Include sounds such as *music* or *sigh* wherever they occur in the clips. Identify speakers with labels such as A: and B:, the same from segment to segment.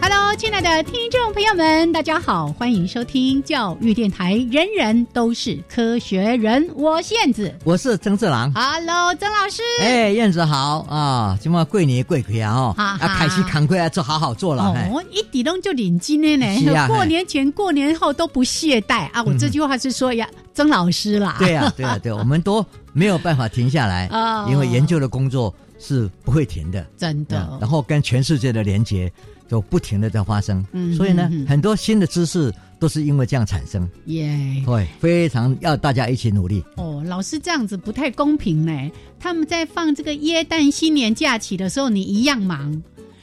A: Hello，亲爱的听众朋友们，大家好，欢迎收听教育电台，人人都是科学人，我是燕子。
B: 我是曾志郎。
A: Hello，曾老师。
B: 哎，燕子好啊！今嘛过年过节啊，哦，
A: 哈哈
B: 要开始扛过来做好好做了。嘿
A: 哦，一底拢就领金的
B: 是啊
A: 呢，
B: 嘿嗯
A: 过年前、过年后都不懈怠啊！我这句话是说呀，曾老师啦，
B: 对呀，对呀，对啊，我们都没有办法停下来，
A: 哦
B: 因为研究的工作是不会停的。
A: 真
B: 嗯
A: 的
B: 然后跟全世界的连接就不停的在发生，
A: 嗯
B: 所以呢
A: 嗯嗯，
B: 很多新的知识都是因为这样产生，
A: 耶。
B: 对，非常要大家一起努力。
A: 哦，老师这样子不太公平呢。他们在放这个耶诞新年假期的时候，你一样忙；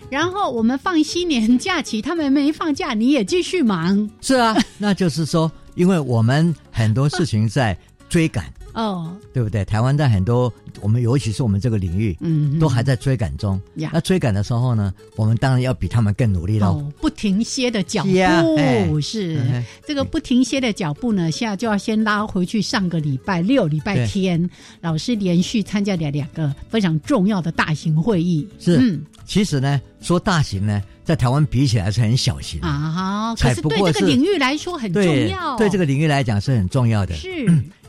A: 然后我们放新年假期，他们没放假，你也继续忙。*laughs*
B: 是啊，那就是说，因为我们很多事情在追赶，
A: 哦，
B: 对不对？台湾在很多我们，尤其是我们这个领域，
A: 嗯，
B: 都还在追赶中。
A: 呀
B: 那追赶的时候呢，我们当然要比他们更努力喽。
A: 哦，不停歇的脚
B: 是啊哎
A: 步是
B: 嗯哼
A: 这个不停歇的脚步呢，现在就要先拉回去。上个礼拜六、礼拜
B: 对
A: 天，老师连续参加了两个非常重要的大型会议。
B: 是
A: 嗯
B: 其实呢，说大型呢，在台湾比起来是很小型的，
A: 啊，可
B: 才
A: 是
B: 不
A: 对
B: 过
A: 这个
B: 是
A: 领域来说很重
B: 对
A: 要，
B: 对这
A: 个
B: 个领嗯域来讲是很重要的。
A: 是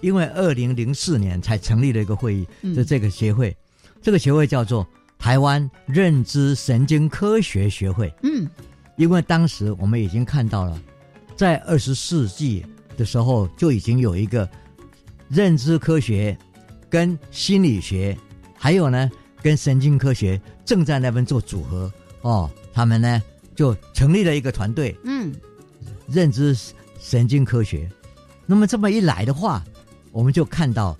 B: 因为二零零四年才成立了一个会议，
A: 嗯
B: 就这个协会，这个协会叫做台湾认知神经科学学会。
A: 嗯
B: 因为当时我们已经看到了，在二十世纪的时候就已经有一个认知科学、跟心理学，还有呢跟神经科学正在那边做组合哦。他们呢就成立了一个团队，
A: 嗯，
B: 认知神经科学。那么这么一来的话，我们就看到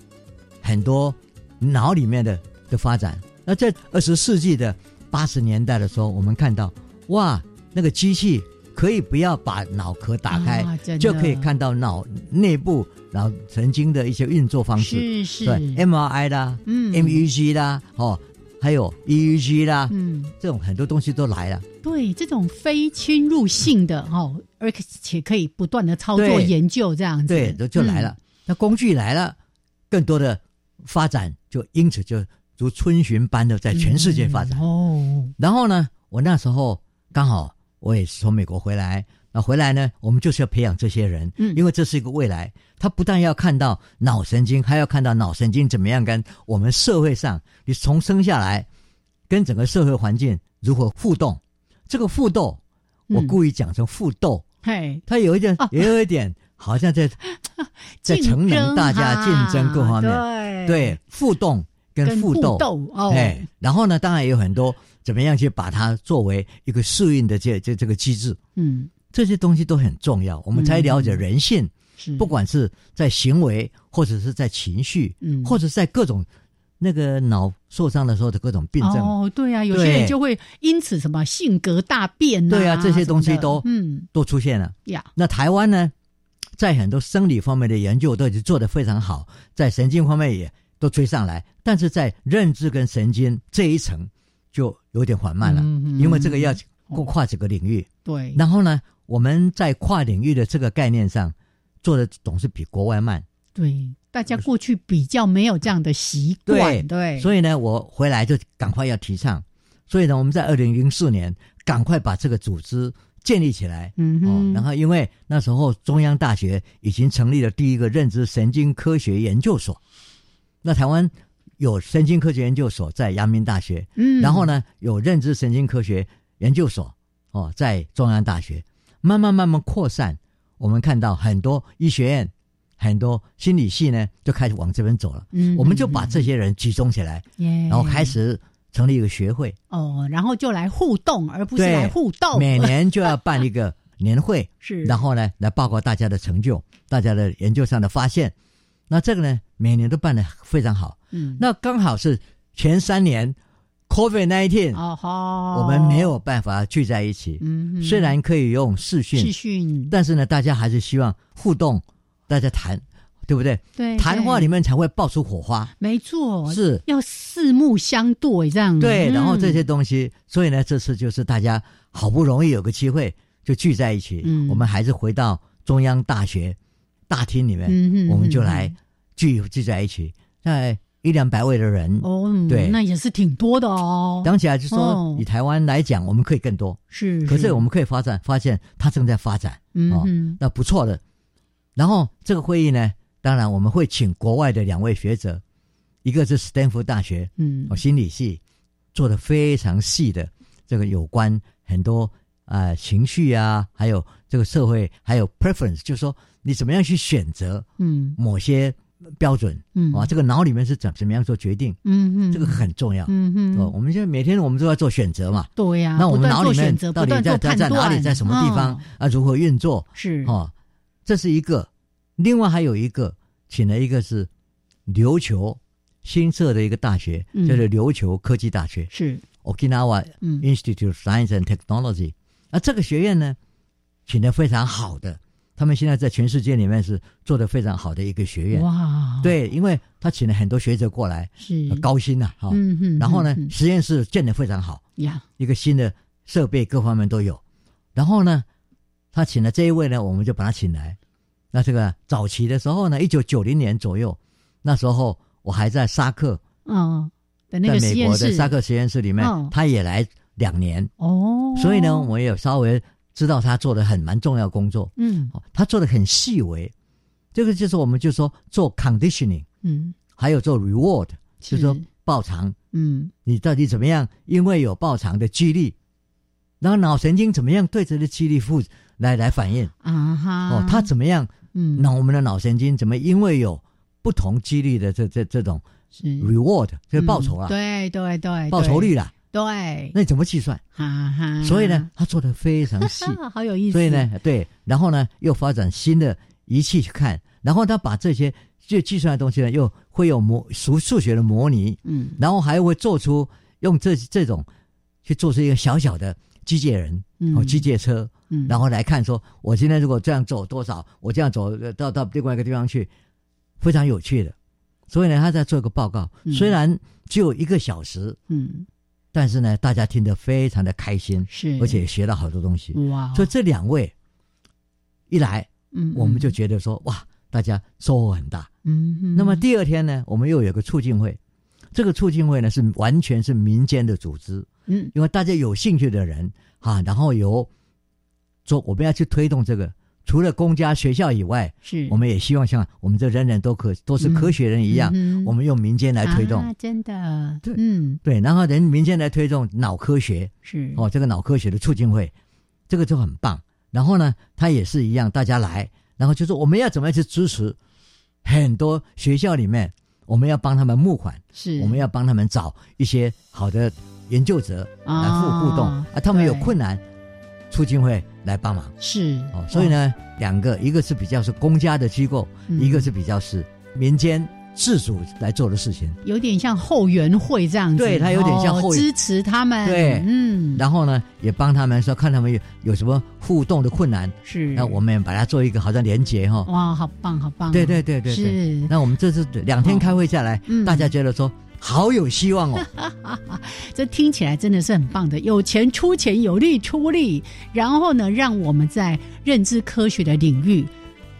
B: 很多脑里面的的发展。那在二十世纪的八十年代的时候，我们看到哇，那个机器可以不要把脑壳打开，
A: 啊真的
B: 就可以看到脑内部脑神经的一些运作方式，
A: 是是
B: 对 MRI 啦、
A: 嗯
B: MEG 啦，哦，还有 EEG 啦，
A: 嗯，
B: 这种很多东西都来了。
A: 对这种非侵入性的哦，而且可以不断的操作
B: 对
A: 研究这样子，
B: 对，就就来
A: 嗯
B: 了。那工具来了，更多的发展就因此就如春寻般的在
A: 嗯，
B: 哎全世界发展。
A: 嗯哦，
B: 然后呢，我那时候刚好我也是从美国回来，那回来呢，我们就是要培养这些人，
A: 嗯
B: 因为这是一个未来。他不但要看到脑神经，还要看到脑神经怎么样跟我们社会上，你从生下来跟整个社会环境如何互动。这个互动，我
A: 嗯
B: 故意讲成互动，
A: 嘿，
B: 它有一点，也有一点，好
A: *laughs*
B: 像在在成
A: 啊竞
B: 能
A: 争
B: 大家
A: 啊
B: 竞争各方
A: 对
B: 面，对互动跟
A: 跟
B: 互动，
A: 哦，
B: 哎，然后呢，当然也有很多怎么样去把它作为一个适应的这这这个机制，
A: 嗯，
B: 这些东西都很重要，我们才了解人性，
A: 是
B: 不管是在行为，或者是在情绪，
A: 嗯
B: 或者在各种那个脑受伤的时候的各种病症，
A: 哦，对啊，有些
B: 对
A: 人就会因此什么性格大变
B: 对啊这
A: 什
B: 些
A: 么
B: 东西
A: 的
B: 都
A: 嗯
B: 都出现了。
A: 呀，
B: 那台湾呢，在很多生理方面的研究都已经做得非常好，在神经方面也都追上来，但是在认知跟神经这一层就有点缓慢了，
A: 嗯嗯
B: 因为这个要
A: 哦
B: 跨几个领域。
A: 对，
B: 然后呢，我们在跨领域的这个概念上做的总是比国外慢，
A: 对大家过去比较没有这样的习惯，对，以
B: 所以呢，我回来就赶快要提倡。所以呢，我们在二零零四年赶快把这个组织建立起来，
A: 嗯
B: 哦
A: 哼，，
B: 然后因为那时候中央大学已经成立了第一个认知神经科学研究所，那台湾有神经科学研究所在阳明大学，
A: 嗯，
B: 然后呢有认知神经科学研究所哦在中央大学，慢慢慢慢扩散，我们看到很多医学院、很多心理系呢，就开始往这边走了。
A: 嗯
B: 我们就把这些人集中起来，
A: 然
B: 然后开始成立一个学会，
A: 哦，然后就来互动，而不是
B: 对
A: 来互动，
B: 每年就要办一个年会，
A: 是，
B: 然后呢来报告大家的成就、大家的研究上的发现。那这个呢，每年都办得非常好。
A: 嗯，
B: 那刚好是前三年 COVID 1 9
A: 哦吼，
B: 我们没，有办法聚在一起。
A: 嗯，
B: 虽然可以用视
A: 视
B: 讯，
A: 讯，
B: 但是呢，大家还是希望互动，大家谈，对不对？
A: 对，
B: 谈话
A: 对
B: 里面才会爆出火花，
A: 没错，
B: 是
A: 要四目相对这样，
B: 对。
A: 嗯
B: 然后这些，东西，所以呢，这次就是大家好不容易有个机会就聚在一起，
A: 嗯
B: 我们还是回到中央大学大厅里面，
A: 嗯
B: 我们就来聚聚在一起，在一两百位的人。
A: 哦，嗯
B: 对
A: 那也是挺多的哦，
B: 讲起来就
A: 哦
B: 说，以台湾来讲，我们可以更多，
A: 是，
B: 可是我们可以发展，发现它正在发展，
A: 嗯
B: 哦
A: 哼
B: 那不错的。然后这个会议呢，当然我们会请国外的两位学者，一个是斯坦福大学
A: 嗯
B: 哦，心理系做的非常细的这个有关很多啊、呃情绪啊，还有这个社会，还有 preference，就是说你怎么样去选择
A: 嗯
B: 某些标准
A: 嗯
B: 啊、这个脑里面是怎怎么样做决定，
A: 嗯嗯，
B: 这个很重要。
A: 嗯哼
B: 哦，我们现在每天我们都要做选择嘛，
A: 对呀、
B: 那我们
A: 不断
B: 脑
A: 做
B: 里面
A: 选择，
B: 到
A: 不
B: 底
A: 断
B: 在
A: 做
B: 在
A: 判
B: 在
A: 断，
B: 哪里，在什么地方
A: 嗯
B: 啊？如何运作？
A: 是
B: 哦，这是一个。另外还有一个，请了一个是琉球新设的一个大学，
A: 嗯
B: 叫做琉球科技大学
A: 是
B: （Okinawa
A: 嗯
B: Institute of Science and Technology）。啊，这个学院呢，请的非常好的，他们现在在全世界里面是做的非常好的一个学院。
A: 哇，
B: 对，因为他请了很多学者过来，
A: 是
B: 呃高薪呐、啊，哈、
A: 嗯哼，
B: 然后呢
A: 嗯，哼
B: 实验室建得非常好，
A: 呀，
B: 一个新的设备，各方面都有。然后呢，他请了这一位呢，我们就把他请来。那这个早期的时候呢，一九九零年左右，那时候我还在沙克，
A: 嗯的那
B: 在
A: 个实
B: 美
A: 验
B: 国的
A: 室
B: 沙克实验室里面，
A: 嗯
B: 他也来两年，
A: 哦，
B: 所以呢，我也稍微知道他做的很蛮重要工作，
A: 嗯
B: 哦他做的很细微。这个就是我们就说做 conditioning，
A: 嗯，
B: 还有做 reward，就是说报偿。
A: 嗯
B: 你到底怎么样？因为有报偿的激励，然后脑神经怎么样对这个激励负来来反应？
A: 啊哈，
B: 哦，它怎么样？
A: 嗯
B: 那我们的脑神经怎么因为有不同激励的这这这种
A: 是
B: reward 就是报酬
A: 了，
B: 啦，
A: 对对嗯对，
B: 报酬率啦，
A: 对，啊
B: 那你怎么计算？
A: 哈哈，
B: 所以呢，，他做的非常
A: *laughs*
B: 细，
A: 好有意思，
B: 所以，呢，对，然后呢，又发展新的仪器去看，然后他把这些就计算的东西呢，又会有模数数学的模拟，
A: 嗯
B: 然后还会做出用这这种去做出一个小小的机械人
A: 嗯，
B: 哦，机械车，
A: 嗯，
B: 然
A: 后
B: 后来看说，我今天如果这样走多少，我这样走呃到到另外一个地方去，非常有趣的。所以呢，他在做一个报告
A: 嗯，
B: 虽然只有一个小时，
A: 嗯
B: 但是呢，大家听得非常的开心，
A: 是，
B: 而且也学到好多东西。
A: 哇，
B: 所以这两位一来，
A: 嗯
B: 我们就觉得说，哇，大家收获很大。
A: 嗯哼，
B: 那么第二天呢，我们又有个促进会，这个促进会呢是完全是民间的组织，
A: 嗯
B: 因为大家有兴趣的人啊，然后由说我们要去推动这个。除了公家学校以外，
A: 是
B: 我们也希望像我们这人人都可都是科学人一样，
A: 嗯哼
B: 我们用民间来推动。
A: 啊真的，
B: 对
A: 嗯
B: 对，然后人民间来推动脑科学
A: 是
B: 哦，这个脑科学的促进会，这个就很棒。然后呢，它也是一样，大家来，然后就是我们要怎么样去支持很多学校里面，我们要帮他们募款，
A: 是
B: 我们要帮他们找一些好的研究者来互
A: 啊
B: 互动啊他们有
A: 对
B: 困难，促进会来帮忙
A: 是
B: 哦。所以呢，两个，一个是比较是公家的机构，
A: 嗯
B: 一个是比较是民间自主来做的事情。
A: 有点像后援会这样子，
B: 对它有点像后
A: 哦
B: 援
A: 支持他们，
B: 对
A: 嗯，
B: 然后呢，也帮他们说看他们有有什么互动的困难，
A: 是
B: 那我们把它做一个好像连结哈、
A: 哇，好棒，好棒，
B: 对对对对对。
A: 哦是。
B: 那我们这次两天开会下来，
A: 嗯
B: 大家觉得说好有希望
A: *laughs*
B: 哦。
A: 这听起来真的是很棒的，有钱出钱，有力出力，然后呢，让我们在认知科学的领域。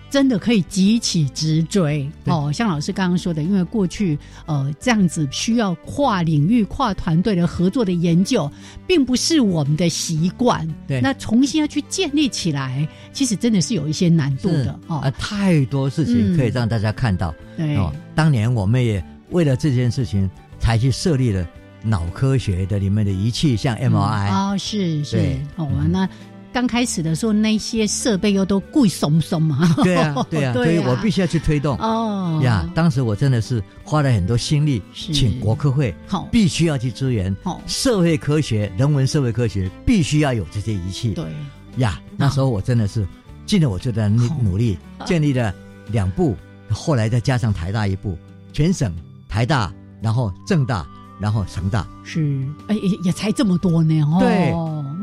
A: 真的可以急起直追
B: 对
A: 哦，像老师刚刚说的，因为过去呃这样子需要跨领域、跨团队的合作的研究，并不是我们的习惯。
B: 对
A: 那重新要去建立起来，其实真的是有一些难度
B: 是
A: 的哦。
B: 啊，太多事情可以
A: 嗯
B: 让大家看到。
A: 对，
B: 哦，当年我们也为了这件事情，才去设立
A: 嗯
B: 了脑科学的里面的仪器，像 MRI，、
A: 哦，是是
B: 对
A: 哦，
B: 嗯
A: 那刚开始的时候，那些设备又都贵松松嘛。
B: 对啊，
A: *laughs*
B: 对啊，所以我必须要去推动。
A: 哦
B: 呀，当时我真的是花了很多心力，
A: 是
B: 请国科会
A: 好
B: 必须要去支援
A: 好
B: 社会科学、人文社会科学，必须要有这些仪器。
A: 对
B: 呀，那时候我真的是尽了我最大的努
A: 啊好啊
B: 努力，建立了两部，后来再加上台大一部，全省台大，然后政大，然后成大，
A: 是，哎也也才这么多呢哦。
B: 对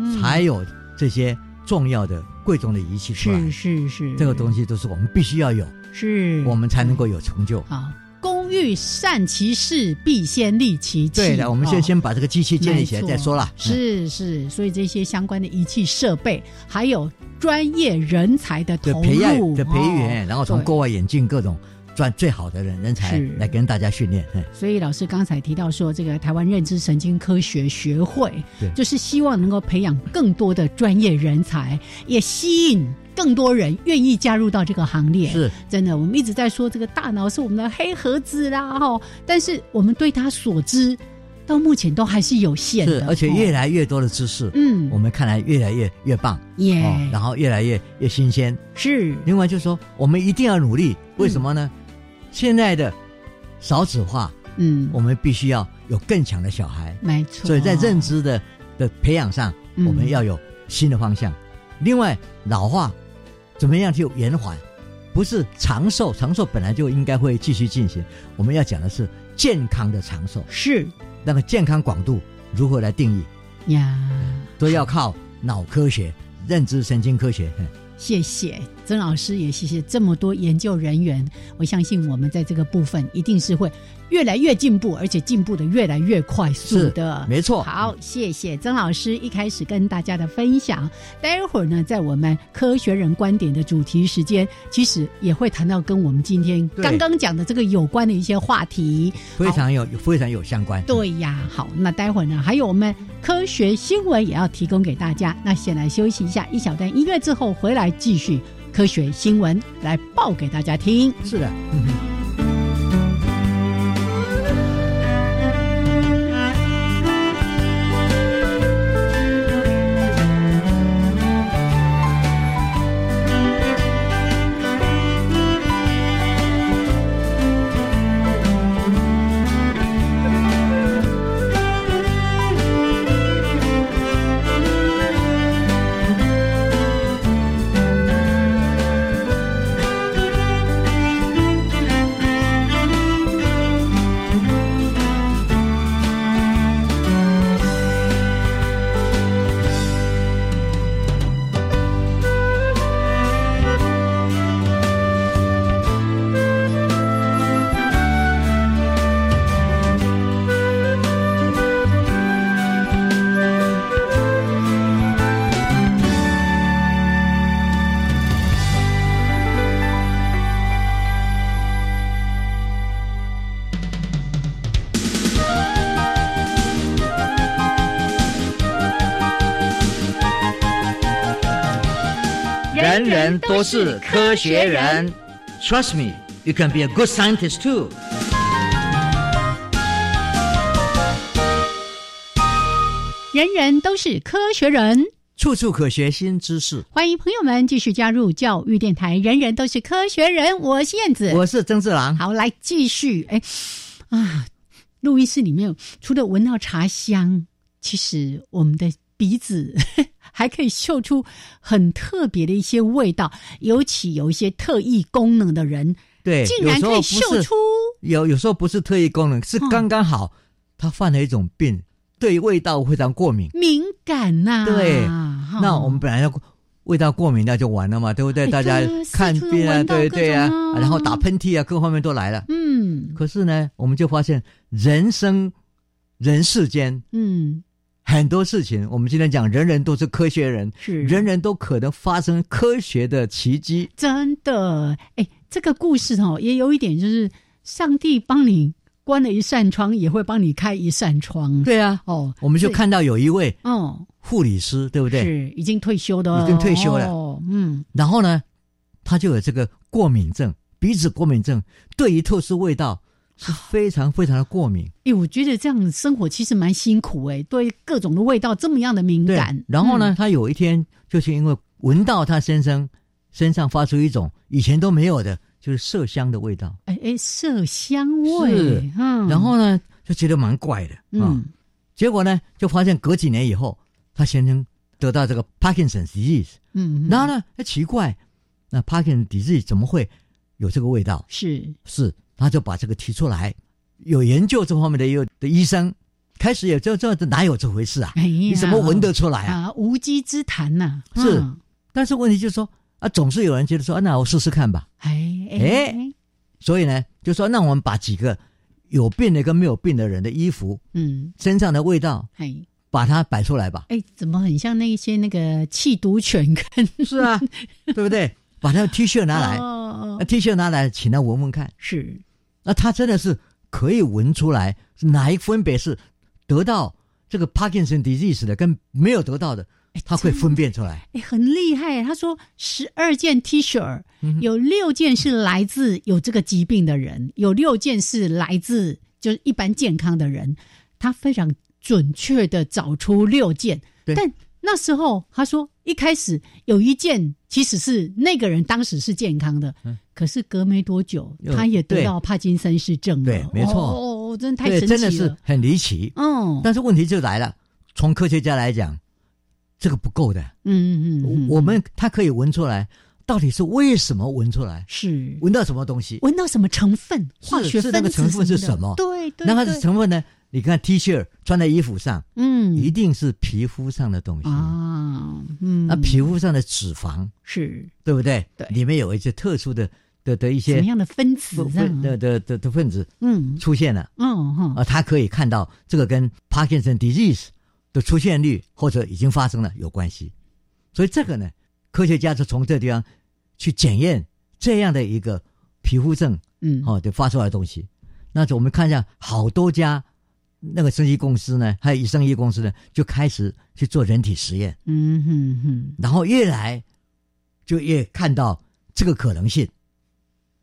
A: 嗯
B: 才有这些重要的、贵重的仪器出来。
A: 是嗯是是，
B: 这个东西都是我们必须要有，
A: 是
B: 我们才能够有成就。
A: 好。工欲善其事，必先利其器。
B: 对的，我们先
A: 哦
B: 先把这个机器建立起来
A: 没错
B: 再说啦。嗯
A: 是是，所以这些相关的仪器设备，还有专业人才的
B: 的
A: 投
B: 培
A: 入
B: 养的培
A: 哦
B: 育，然后从
A: 对
B: 国外引进各种赚最好的人人才
A: 是
B: 来跟大家训练。嗯
A: 所以老师刚才提到说，这个台湾认知神经科学学会
B: 对，
A: 就是希望能够培养更多的专业人才，也吸引更多人愿意加入到这个行列。
B: 是
A: 真的，我们一直在说这个大脑是我们的黑盒子啦，哈，但是我们对它所知到目前都还是有限
B: 是
A: 的，，
B: 而且哦
A: 哦
B: 越来越多的知识，
A: 嗯哎
B: 我们看来越来越越棒
A: 耶、
B: 哦，然后越来越越新鲜。
A: 是
B: 另外就是说，我们一定要努力，为什么呢？现在的少子化，
A: 嗯，
B: 我们必须要有更强的小孩，
A: 没错，
B: 哦所以在认知的的培养上，
A: 嗯
B: 我们要有新的方向。另外，老化怎么样去延缓？不是长寿，长寿本来就应该会继续进行。我们要讲的是健康的长寿，
A: 是
B: 那么健康广度如何来定义，
A: 呀。
B: 都要靠脑科学、认知神经科学。嗯
A: 谢谢曾老师，也谢谢这么多研究人员。我相信我们在这个部分一定是会越来越进步，而且进步的越来越快速的。
B: 没错。
A: 啊好，谢谢曾老师一开始跟大家的分享。待会儿呢，在我们科学人观点的主题时间，其实也会谈到跟我们今天
B: 对
A: 刚刚讲的这个有关的一些话题。
B: 非常有非常有相关。，
A: 对呀，好，那待会儿呢，还有我们科学新闻也要提供给大家。那先来休息一下，一小段音乐之后回来继续科学新闻来报给大家听。
B: 是的。人人都是科学人。Trust me, you can be a good scientist too.
A: 人人都是科学人。
B: 处处可学新知识。
A: 欢迎朋友们继续加入教育电台，人人都是科学人，我是燕子。
B: 我是曾志郎。
A: 好，来继续。哎啊，录音室里面除了闻到茶香，其实我们的鼻子 *laughs* 还可以嗅出很特别的一些味道，尤其有一些特异功能的人，
B: 对，
A: 竟
B: 有
A: 然
B: 时
A: 可
B: 候
A: 以
B: 不
A: 嗅
B: 是
A: 出
B: 有有时候不是特异功能，是
A: 嗯
B: 刚刚好，他犯了一种病，对味道非常过敏。
A: 敏感呐、
B: 对
A: 哈
B: 那我们本来要味道过敏那就完了嘛，对不对？
A: 哦哎
B: 大家
A: 对啊
B: 看
A: 四处
B: 病啊，
A: 闻到
B: 对
A: 各
B: 对啊
A: 种，啊
B: 然后打喷嚏啊，各方面都来了。
A: 嗯
B: 可是呢，我们就发现人生人世间
A: 嗯
B: 很多事情，我们今天讲人人都是科学人，
A: 是
B: 人人都可能发生科学的奇迹。
A: 真的，哎，这个故事哦，也有一点就是上帝帮你关了一扇窗，也会帮你开一扇窗。
B: 对啊，
A: 哦，
B: 我们就
A: 所以
B: 看到有一位
A: 哦，
B: 护理师，对不对？
A: 是已经退休的，
B: 已经退休了
A: 哦、嗯，
B: 然后呢，他就有这个过敏症，鼻子过敏症，对于特殊味道是非常非常的过敏。
A: 哎，我觉得这样生活其实蛮辛苦哎，对各种的味道这么样的敏
B: 对
A: 感。，
B: 然后呢，他有一天就是因为闻到他先生身上发出一种以前都没有的，就是麝香的味道，
A: 嗯？哎哎，麝香
B: 是
A: 味，嗯，
B: 然后呢就觉得蛮怪的啊、
A: 嗯，
B: 结果呢，就发现隔几年以后，他先生得到这个 Parkinson's disease，、
A: 嗯，
B: 然后呢，哎奇怪，那 Parkinson's disease 怎么会有这个味道？
A: 是
B: 是，他就把这个提出来，有研究这方面的也有的医生，开始也就这这哪有这回事啊？
A: 哎呀，
B: 你
A: 你
B: 怎么闻得出来啊？
A: 啊？无稽之谈呐，
B: 是
A: 嗯
B: 但是问题就是说啊，总是有人觉得说、啊那我试试看吧。
A: 哎
B: 哎，所以呢，就说那我们把几个有病的跟没有病的人的衣服、
A: 嗯，
B: 身上的味道，
A: 哎
B: 把它摆出来吧。
A: 哎，怎么很像那些那个弃毒犬跟 *laughs*
B: 是啊，对不对？把那个 T 恤拿来，哎
A: 哦
B: 那、
A: 哦
B: T 恤拿来，请他闻闻看。
A: 是
B: 那他真的是可以闻出来是哪一分别是得到这个 Parkinson disease 的，跟没有得到的，他会分辨出来。
A: 哎，很厉害。他说十二件 T 恤儿
B: 嗯哼
A: 有六件是来自有这个疾病的人，有六件是来自就是一般健康的人。他非常准确的找出六件，
B: 对
A: 但那时候他说一开始有一件其实是那个人当时是健康的，
B: 嗯
A: 可是隔没多久
B: 又
A: 他也得
B: 对
A: 到帕金森氏症了。
B: 对没错
A: 哦，哦真的太
B: 对，
A: 神奇了。
B: 真的是很离奇。
A: 嗯，
B: 但是问题就来了，从科学家来讲，这个不够的。
A: 嗯嗯嗯，
B: 我们他可以闻出来，到底是为什么闻出来？
A: 是
B: 闻到什么东西？
A: 闻到什么成分、
B: 是
A: 化学
B: 是
A: 分子
B: 那个成分是
A: 的
B: 什么
A: 对对，
B: 那它
A: 对
B: 的成分呢？你看 T 恤穿在衣服上，一
A: 嗯
B: 定是皮肤上的东西。
A: 啊嗯，
B: 那皮肤上的脂肪，
A: 是
B: 对不对？
A: 对
B: 里面有一些特殊的的的一
A: 什么
B: 些
A: 样的啊分子
B: 分
A: 这样
B: 分的的的的分子
A: 嗯
B: 出现了
A: 嗯哈、
B: 啊，他可以看到这个跟 Parkinson disease 的出现率或者已经发生了有关系，所以这个呢，科学家就从这地方去检验这样的一个皮肤症
A: 嗯
B: 哦，就发出来的东西。那就我们看一下，好多家那个生医公司呢，还有医生医公司呢，就开始去做人体实验，
A: 嗯哼哼
B: 然后越来就越看到这个可能性，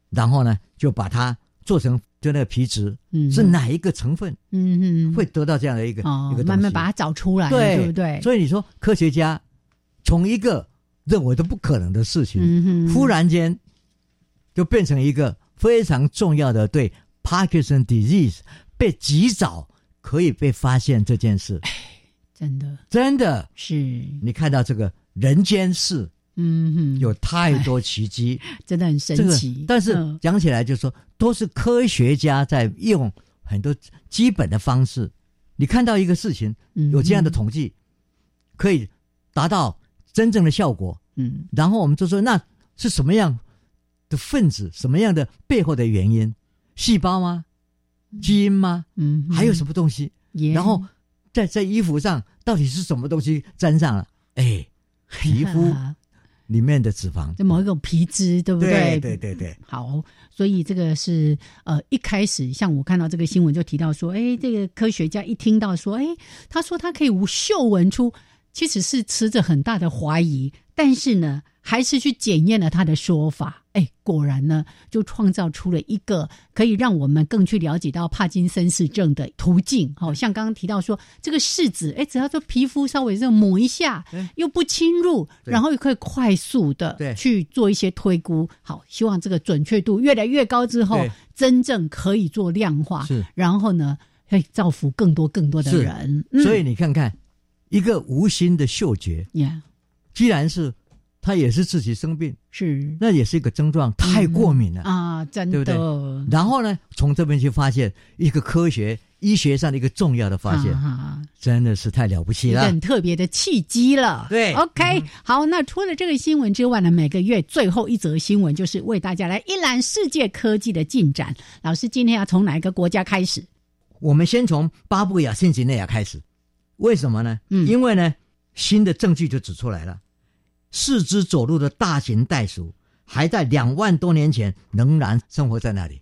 B: 然后呢，就把它做成就那个皮质
A: 嗯
B: 是哪一个成分
A: 嗯哼
B: 会得到这样的一个、
A: 哦
B: 一个东西
A: 慢慢把它找出来
B: 对
A: 不对？
B: 所以你说科学家从一个认为都不可能的事情，
A: 嗯哼，
B: 忽然间就变成一个非常重要的对 Parkinson disease 被及早可以被发现这件事，
A: 真的
B: 真的，
A: 是
B: 你看到这个人间世
A: 嗯哼，
B: 有太多奇迹，
A: 真的很
B: 这
A: 神
B: 个
A: 奇，
B: 但是
A: 嗯
B: 讲起来就是说都是科学家在用很多基本的方式，你看到一个事情
A: 嗯
B: 有这样的，统计，可以达到真正的效果，
A: 嗯
B: 然后我们就说，那是什么样的分子，什么样的背后的原因？细胞吗？基因吗？
A: 嗯，
B: 还有什
A: 么？
B: 么东西？
A: 耶
B: 然后在在衣服上到底是什么东西沾上了？哎，皮 *laughs* 肤里面的脂肪，
A: 就某一种皮脂，对不
B: 对对对对，
A: 好，所以这个是呃，一开始像我看到这个新闻就提到说，哎，这个科学家一听到说，哎，他说他可以嗅闻出，其实是持着很大的怀疑，但是呢，还是去检验了他的说法。哎，果然呢，就创造出了一个可以让我们更去了解到帕金森氏症的途径。好、像刚刚提到说，这个拭子，哎，只要说皮肤稍微这样抹一下
B: 哎，
A: 又不侵入，
B: 对
A: 然后又可以快速的
B: 对
A: 去做一些推估。好，希望这个准确度越来越高之后
B: 对，
A: 真正可以做量化，
B: 是
A: 然后呢，可以造福更多更多的
B: 是
A: 人。嗯、
B: 所以你看看，一个无心的嗅觉，
A: ，yeah,
B: 既然是他也是自己生病，
A: 是
B: 那也是一个症状，太过敏了。
A: 啊，真
B: 对
A: 的
B: 不对然后呢，从这边去发现一个科学医学上的一个重要的发现，
A: 啊
B: 真的是太了不起
A: 一个
B: 了
A: 很。特别的契机了。
B: 对嗯
A: ，OK，、好，那除了这个新闻之外呢，每个月最后一则新闻就是为大家来一览世界科技的进展。老师今天要从哪一个国家开始？
B: 我们先从巴布亚新几内亚开始，为什么呢？
A: 嗯
B: 因为呢，新的证据就指出来了，四肢走路的大型袋鼠还在两万多年前仍然生活在那里。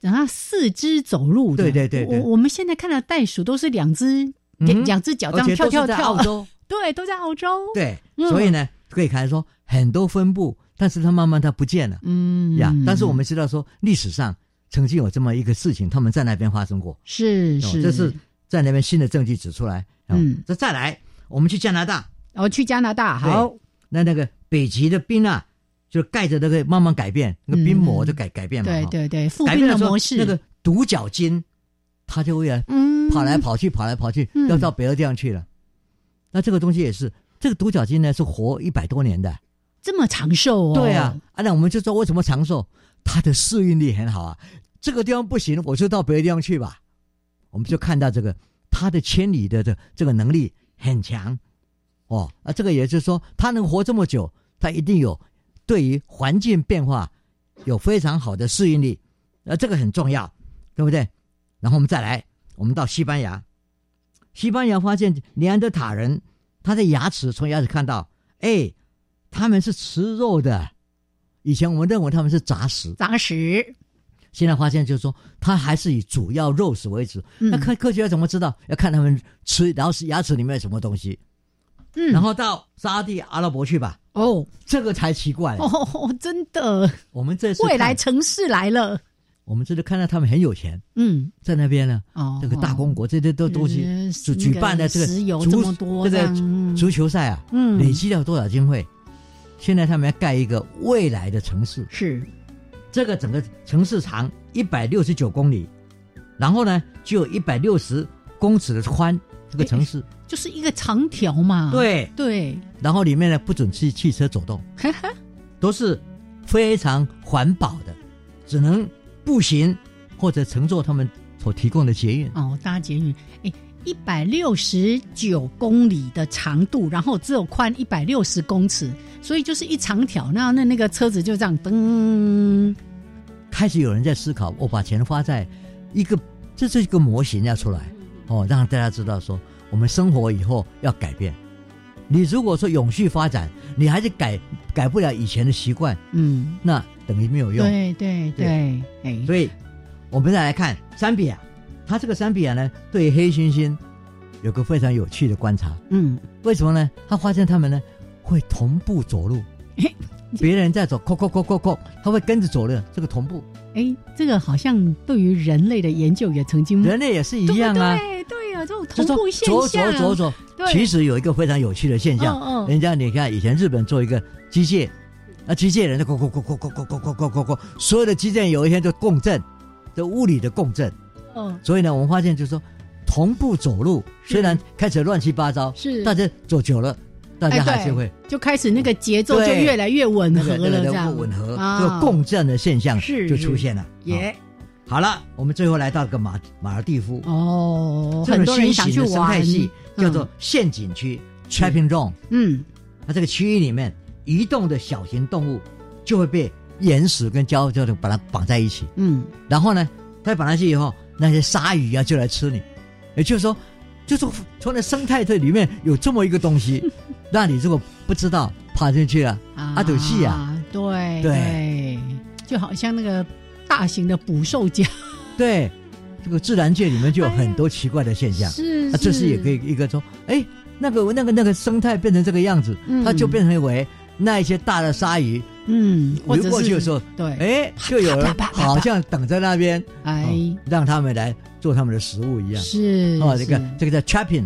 A: 然后啊四肢走路的，
B: 对对对对
A: 我我们现在看到袋鼠都是两只、
B: 嗯
A: 两只脚这
B: 而
A: 样
B: 且
A: 跳
B: 都
A: 跳
B: 是在
A: 跳
B: 澳，洲，
A: 对，都在澳洲。
B: 对，
A: 嗯
B: 所以呢，可以看说很多分布，但是它慢慢它不见了。
A: 嗯
B: 呀，但是我们知道说，历史上曾经有这么一个事情，他们在那边发生过。
A: 是
B: 哦
A: 是，
B: 这是在那边新的证据指出来。哦
A: 嗯，
B: 这再来，我们去加拿大，
A: 哦，去加拿大好，
B: 那那个北极的冰啊，就盖着那个慢慢改变，那个冰膜就改改变
A: 嗯
B: 嘛。
A: 对
B: 哦，
A: 对对，复
B: 改
A: 冰
B: 变
A: 的
B: 时候
A: 模式，
B: 那个独角鲸，它就会啊
A: 嗯，
B: 跑来跑去，跑来跑去，
A: 嗯
B: 要到别的地方去了。那这个东西也是，这个独角鲸呢是活一百多年的。
A: 这么长寿哦，
B: 对啊，，啊，那我们就说为什么长寿？它的适应力很好啊。这个地方不行，我就到别的地方去吧。我们就看到这个它的迁移的这这个能力很强哦。啊，这个也就是说，它能活这么久，它一定有对于环境变化有非常好的适应力，啊，这个很重要，对不对？然后我们再来，我们到西班牙，西班牙发现尼安德塔人他的牙齿，从牙齿看到，哎，他们是吃肉的。以前我们认为他们是杂食，
A: 杂食，
B: 现在发现就是说，它还是以主要肉食为主。
A: 嗯
B: 那科科学家怎么知道？要看他们吃，然后是牙齿里面有什么东西。
A: 嗯
B: 然后到沙地阿拉伯去吧，
A: 哦
B: 这个才奇怪。
A: 哦， *laughs* 真的，
B: 我们这次
A: 未来
B: 看，
A: 城市来了，
B: 我们这次看到他们很有钱，
A: 嗯，
B: 在那边呢，
A: 哦，
B: 这个大公国这些都东西
A: 呃
B: 举
A: 那
B: 举办的
A: 个
B: 这个
A: 石油
B: 足
A: 这么多，
B: 这个
A: 样嗯
B: 足球赛啊，
A: 嗯
B: 累积了多少经费？现在他们要盖一个未来的城市，
A: 是
B: 这个整个城市长一百六十九公里，然后呢，就有一百六十公尺的宽，这个城市。
A: 就是一个长条嘛，
B: 对，
A: 对，
B: 然后里面呢不准汽汽车走动，都是非常环保的，只能步行或者乘坐他们所提供的捷运。
A: 哦，搭捷运，哎，一百六十九公里的长度，然后只有宽一百六十公尺，所以就是一长条，那那那个车子就这样噔，
B: 开始有人在思考，我把钱花在一个，这是一个模型要出来
A: 嗯
B: 哦，让大家知道说，我们生活以后要改变。你如果说永续发展，你还是改改不了以前的习惯，
A: 嗯，
B: 那等于没有用。
A: 对对对，哎，
B: 所以，我们再来看山比亚，它这个山比亚呢，对黑猩猩有个非常有趣的观察。
A: 嗯，
B: 为什么呢？他发现它们呢会同步
A: *laughs*
B: 走路
A: 诶，
B: 别人在走，扣扣扣扣扣，它会跟着走的。这个同步，
A: 哎，这个好像对于人类的研究也曾经
B: 人类也是一
A: 对不
B: 样啊。
A: 嗯对对啊，这种
B: 就
A: 同
B: 说
A: 步现
B: 走
A: 象，
B: 走走走，
A: 对
B: 其实有一个非常有趣的现象。
A: 嗯嗯
B: 人家你看，以前日本做一个机械，那机械人就咕咕咕咕咕咕咕咕咕咕咕，所有的机械人有一天就共振，这物理的共振。
A: 嗯，
B: 所以呢，我们发现就是说，同步走路虽然开始乱七八糟，
A: 是
B: 大家走久了，大家还是会、
A: 就开始那个节奏就
B: 对
A: 越来越吻
B: 那
A: 合
B: 个那
A: 了，
B: 个
A: 这
B: 的
A: 样
B: 吻合，
A: 啊
B: 这个共振的现象
A: 是
B: 就出现了。好
A: 耶
B: 好了，我们最后来到个马马尔蒂夫，
A: 哦，
B: 这
A: 很
B: 种
A: 多人
B: 新
A: 想
B: 型
A: 去
B: 的生态
A: 玩，
B: 系叫
A: 嗯
B: 做陷阱区 （trapping zone）。
A: 嗯，
B: 那这个区域里面，移动的小型动物就会被岩石跟胶就把它绑在一起。
A: 嗯，
B: 然后呢，它绑上去以后，那些鲨鱼啊就来吃你。也就是说，就是从那生态这里面有这么一个东西，那你如果不知道爬进去了，阿斗戏啊，
A: 对
B: 对
A: 对，就好像那个大型的捕兽夹，
B: 对，这个自然界里面就有很多奇怪的现象。
A: 是
B: 啊，这是也可以一个说，哎，那个那个那个生态变成这个样子，
A: 嗯
B: 它就变成为那一些大的鲨鱼
A: 嗯，或
B: 游
A: 者
B: 过去的时
A: 是
B: 候，
A: 对，
B: 哎，就有人好像等在那边，
A: 哎
B: 哦，让他们来做他们的食物一样。
A: 是
B: 哦，这个
A: 是
B: 这个
A: *laughs*
B: 叫 trapping，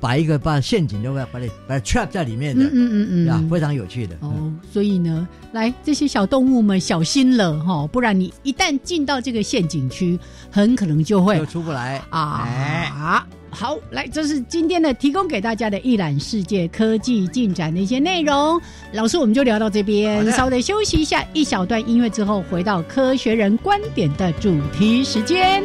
B: 把一个把陷阱都把把它把它 trap 在里面的
A: 嗯，嗯嗯
B: 是吧
A: 嗯，？
B: 非常有趣的。嗯
A: 哦，所以呢，来这些小动物们小心了哈、不然你一旦进到这个陷阱区，很可能就会
B: 嗯又出不来哎
A: 啊。好，来，这是今天的提供给大家的一览世界科技进展的一些内容。老师，我们就聊到这
B: 好
A: 边，
B: 的
A: 稍微休息一下，一小段音乐之后，回到《科学人观点》的主题时间。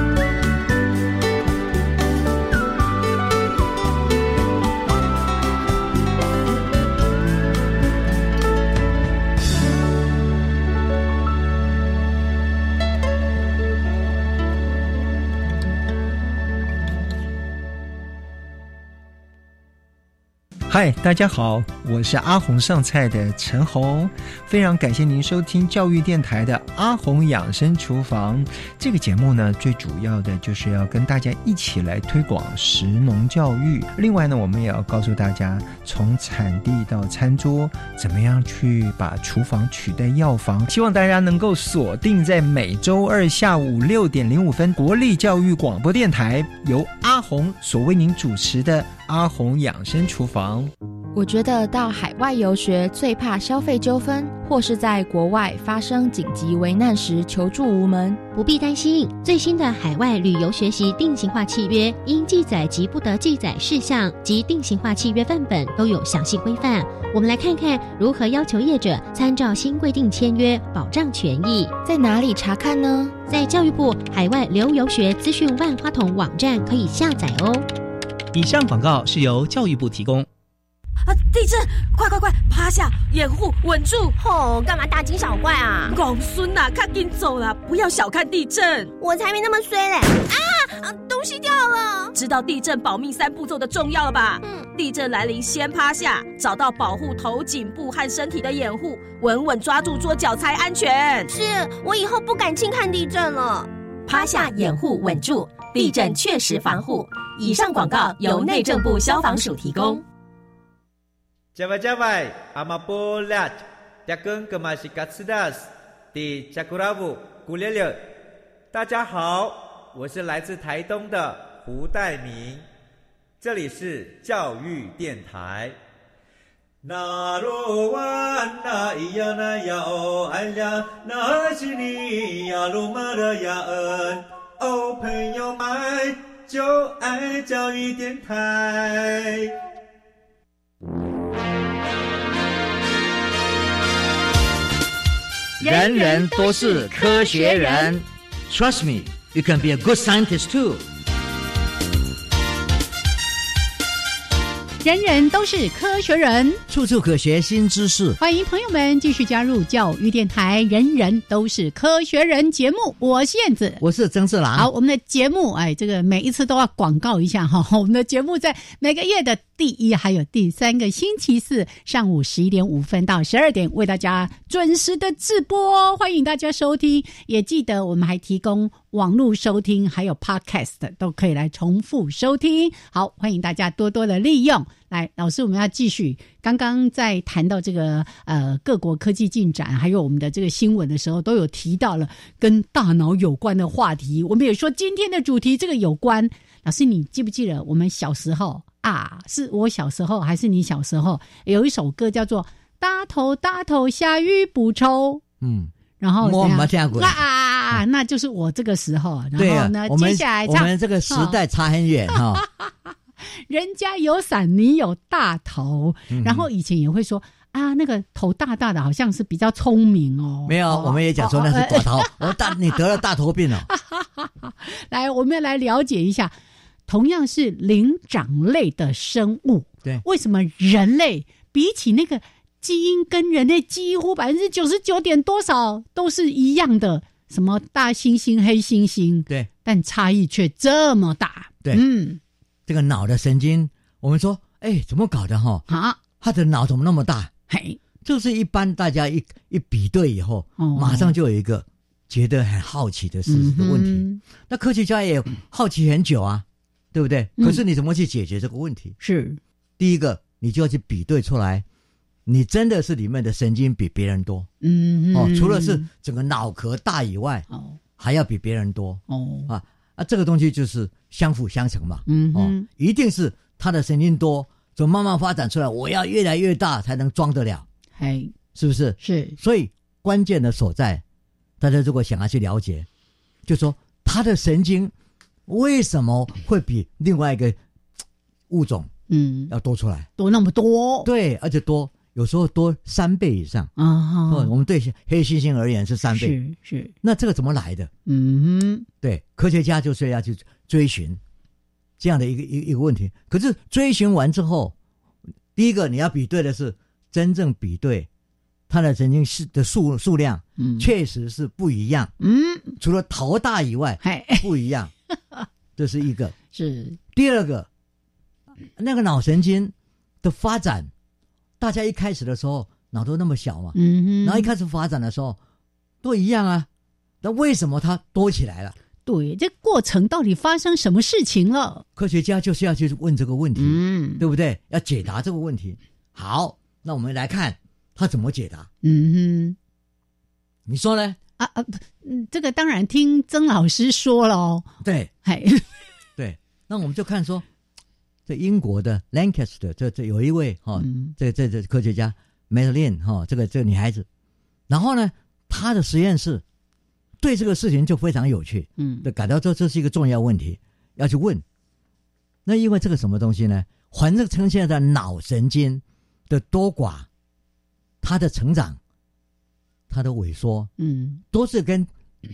C: Thank 嗨，大家好，我是阿红上菜的陈红，非常感谢您收听教育电台的阿红养生厨房这个节目呢，最主要的就是要跟大家一起来推广食农教育。另外呢，我们也要告诉大家，从产地到餐桌，怎么样去把厨房取代药房。希望大家能够锁定在每周二下午六点零五分国立教育广播电台，由阿红所为您主持的。阿红养生厨房，
D: 我觉得到海外游学最怕消费纠纷，或是在国外发生紧急危难时求助无门。
E: 不必担心，最新的海外旅游学习定型化契约应记载及不得记载事项及定型化契约范本都有详细规范。我们来看看如何要求业者参照新规定签约，保障权益。
D: 在哪里查看呢？
E: 在教育部海外留游学资讯万花筒网站可以下载哦。
F: 以上广告是由教育部提供。
G: 啊！地震！快快快，趴下，掩护，稳住！
H: 吼、哦，干嘛大惊小怪啊？
G: 公孙呐，看紧走了，不要小看地震！
H: 我才没那么衰嘞！啊啊，东西掉了！
G: 知道地震保命三步骤的重要了吧？嗯。地震来临，先趴下，找到保护头、颈部和身体的掩护，稳稳抓住桌角才安全。
H: 是我以后不敢轻看地震了。
I: 趴下，掩护，稳住。地震确实防护。以上广告由内政部消防署提供。
J: 加外加外，阿玛波拉，扎根格玛西嘎斯达斯，迪加古拉布古列列。大家好，我是来自台东的胡代明，这里是教育电台。那罗哇那咿呀那呀哦哎呀，那是你呀鲁玛的呀恩。哦，朋友们，就爱教育电台。
B: 人人都是科学人，Trust me, you can be a good scientist too。
A: 人人都是科学人，
B: 处处可学新知识。
A: 欢迎朋友们继续加入教育电台《人人都是科学人》节目，我是燕子，
B: 我是曾志郎。
A: 好，我们的节目，哎，这个每一次都要广告一下哈。 *laughs* 我们的节目在每个月的第一还有第三个星期四上午十一点五分到十二点，为大家准时的直播，欢迎大家收听。也记得我们还提供网络收听，还有 Podcast 都可以来重复收听。好，欢迎大家多多的利用。来，老师，我们要继续。刚刚在谈到这个呃各国科技进展，还有我们的这个新闻的时候，都有提到了跟大脑有关的话题。我们也说今天的主题这个有关。老师，你记不记得我们小时候啊？是我小时候还是你小时候？有一首歌叫做《搭头搭头下雨不愁》。
B: 嗯，
A: 然后
B: 我没见过。
A: 啊，那就是我这个时候。啊。然后呢，
B: 我
A: 接下来哦
B: 我们这个时代差很
A: *laughs*
B: 远哈。哦
A: 人家有伞，你有大头。嗯、然后以前也会说啊，那个头大大的，好像是比较聪明哦。
B: 没有，
A: 哦、
B: 我们也讲说那是短
A: *laughs*
B: 头。我、哦、大，你得了大头病了。
A: 来，我们要来了解一下，同样是灵长类的生物，
B: 对，
A: 为什么人类比起那个基因跟人类几乎百分之九十九点多少都是一样的？什么大猩猩、黑猩猩，
B: 对，
A: 但差异却这么大。
B: 对，嗯。这个脑的神经，我们说，哎，怎么搞的哈？
A: 啊，
B: 他的脑怎么那么大？
A: 嘿，
B: 就是一般大家一一比对以后，哦、马上就有一个觉得很好奇的事的问题。嗯、那科学家也好奇很久啊，对不对？嗯、可是你怎么去解决这个问题？
A: 是
B: 第一个，你就要去比对出来，你真的是里面的神经比别人多。
A: 嗯
B: 哦，除了是整个脑壳大以外，哦，还要比别人多。
A: 哦
B: 啊。啊，这个东西就是相辅相成嘛，
A: 嗯，
B: 哦，一定是他的神经多，就慢慢发展出来，我要越来越大才能装得了，
A: 哎，
B: 是不是？
A: 是，
B: 所以关键的所在，大家如果想要去了解，就说他的神经为什么会比另外一个物种，
A: 嗯，
B: 要多出来，
A: 多那么多，
B: 对，而且多有时候多三倍以上
A: 啊、哦，
B: 我们对黑猩猩而言是三
A: 倍，是是，
B: 那这个怎么来的？
A: 嗯。
B: 对，科学家就是要去追寻这样的一个一一个问题。可是追寻完之后，第一个你要比对的是真正比对它的神经是的数数量，
A: 嗯，
B: 确实是不一样。
A: 嗯，
B: 除了头大以外，不一样，这是一个。
A: *laughs* 是
B: 第二个，那个脑神经的发展，大家一开始的时候脑都那么小嘛，
A: 嗯哼，
B: 然后一开始发展的时候都一样啊，那为什么它多起来了？
A: 对，这过程到底发生什么事情了？
B: 科学家就是要去问这个问题，
A: 嗯，
B: 对不对？要解答这个问题。好，那我们来看他怎么解答。
A: 嗯
B: 你说呢？
A: 哼，啊啊，不嗯这个当然听曾老师说了哦，
B: 对
A: 嘿，
B: 对，那我们就看说，这英国的 Lancaster 这这有一位哈、
A: *laughs* 嗯
B: 这这这科学家 Madeline 哈、这个这个女孩子，然后呢，她的实验室对这个事情就非常有趣，
A: 嗯
B: 就感到这这是一个重要问题要去问。那因为这个什么东西呢？环境呈现在脑神经的多寡、它的成长、它的萎缩，
A: 嗯，
B: 都是跟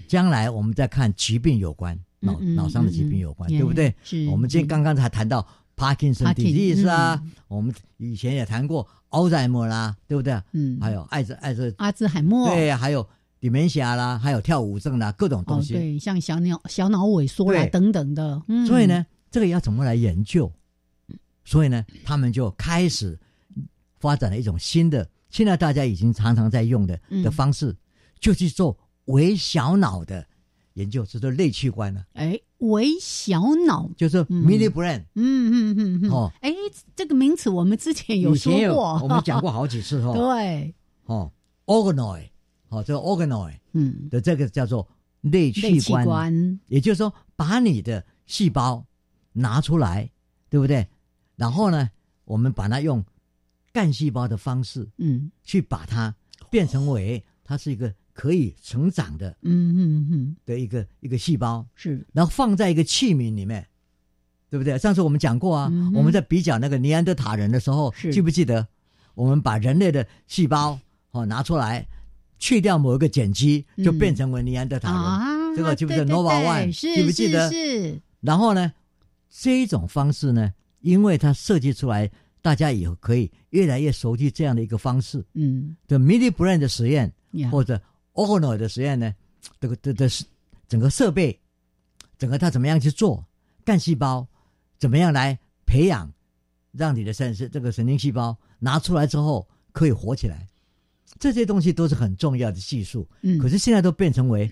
B: 将来我们在看疾病有关，
A: 嗯
B: 脑
A: 嗯
B: 脑伤的疾病有关，对不对？？
A: 嗯嗯
B: 我们今天刚刚才谈到 Parkinson disease 啊，，
A: 是
B: 我们以前也谈过 Alzheimer 啦，对不对？
A: 嗯嗯，哦
B: 还
A: 有
B: 有艾滋艾滋，
A: 阿兹海默，
B: 对，还有 dementia 啦，还有跳舞症啦，各种
A: 哦
B: 东，西。
A: 对，像小脑小脑萎缩啦
B: 对
A: 等等的，嗯，
B: 所以，呢，这个要怎么来研究？所以呢，他们就开始发展了一种新的，现在大家已经常常在用的
A: 嗯
B: 的方式，就去做微小脑的研究，就是类器官呢、
A: 哎，微小脑，
B: 就是 mini brain、
A: 嗯嗯嗯嗯，
B: 哦。
A: 哎，这个名词我们之前有
B: 以
A: 说
B: 前有
A: 过，
B: 我们讲过好
A: *laughs*
B: 几次哦。
A: 对，
B: 哦，organoid，哦，这个 organoid
A: 嗯，
B: 的这个叫做内器
A: 类
B: 官，
A: 官，
B: 也就是说，把你的细胞拿出来，对不对？然后呢，我们把它用干细胞的方式
A: 嗯
B: 去把它变成为它是一个可以成长的
A: 嗯嗯嗯，
B: 的一个一个细胞，
A: 是，
B: 然后放在一个器皿里面，对不对？上次我们讲过啊，
A: 嗯哼
B: 我们在比较那个尼安德塔人的时候，
A: 是
B: 记不记得？我们把人类的细胞哦拿出来，去掉某一个碱基，
A: 嗯
B: 就变成为尼安德塔人。
A: 啊，
B: 这个记不记得
A: 对对
B: Nova
A: 对
B: One？
A: 是
B: 记不记得
A: 是是
B: 然后呢，这一种方式呢，因为它设计出来，大家以后可以越来越熟悉这样的一个方式。
A: 嗯，
B: 这 mini brain 的实验
A: 呀，
B: 或者 organoid 的实验呢，这个这这是整个设备，整个它怎么样去做干细胞，怎么样来培养，让你的神神这个神经细胞拿出来之后可以活起来，这些东西都是很重要的技术。
A: 嗯，
B: 可
A: 是
B: 是现在都变成为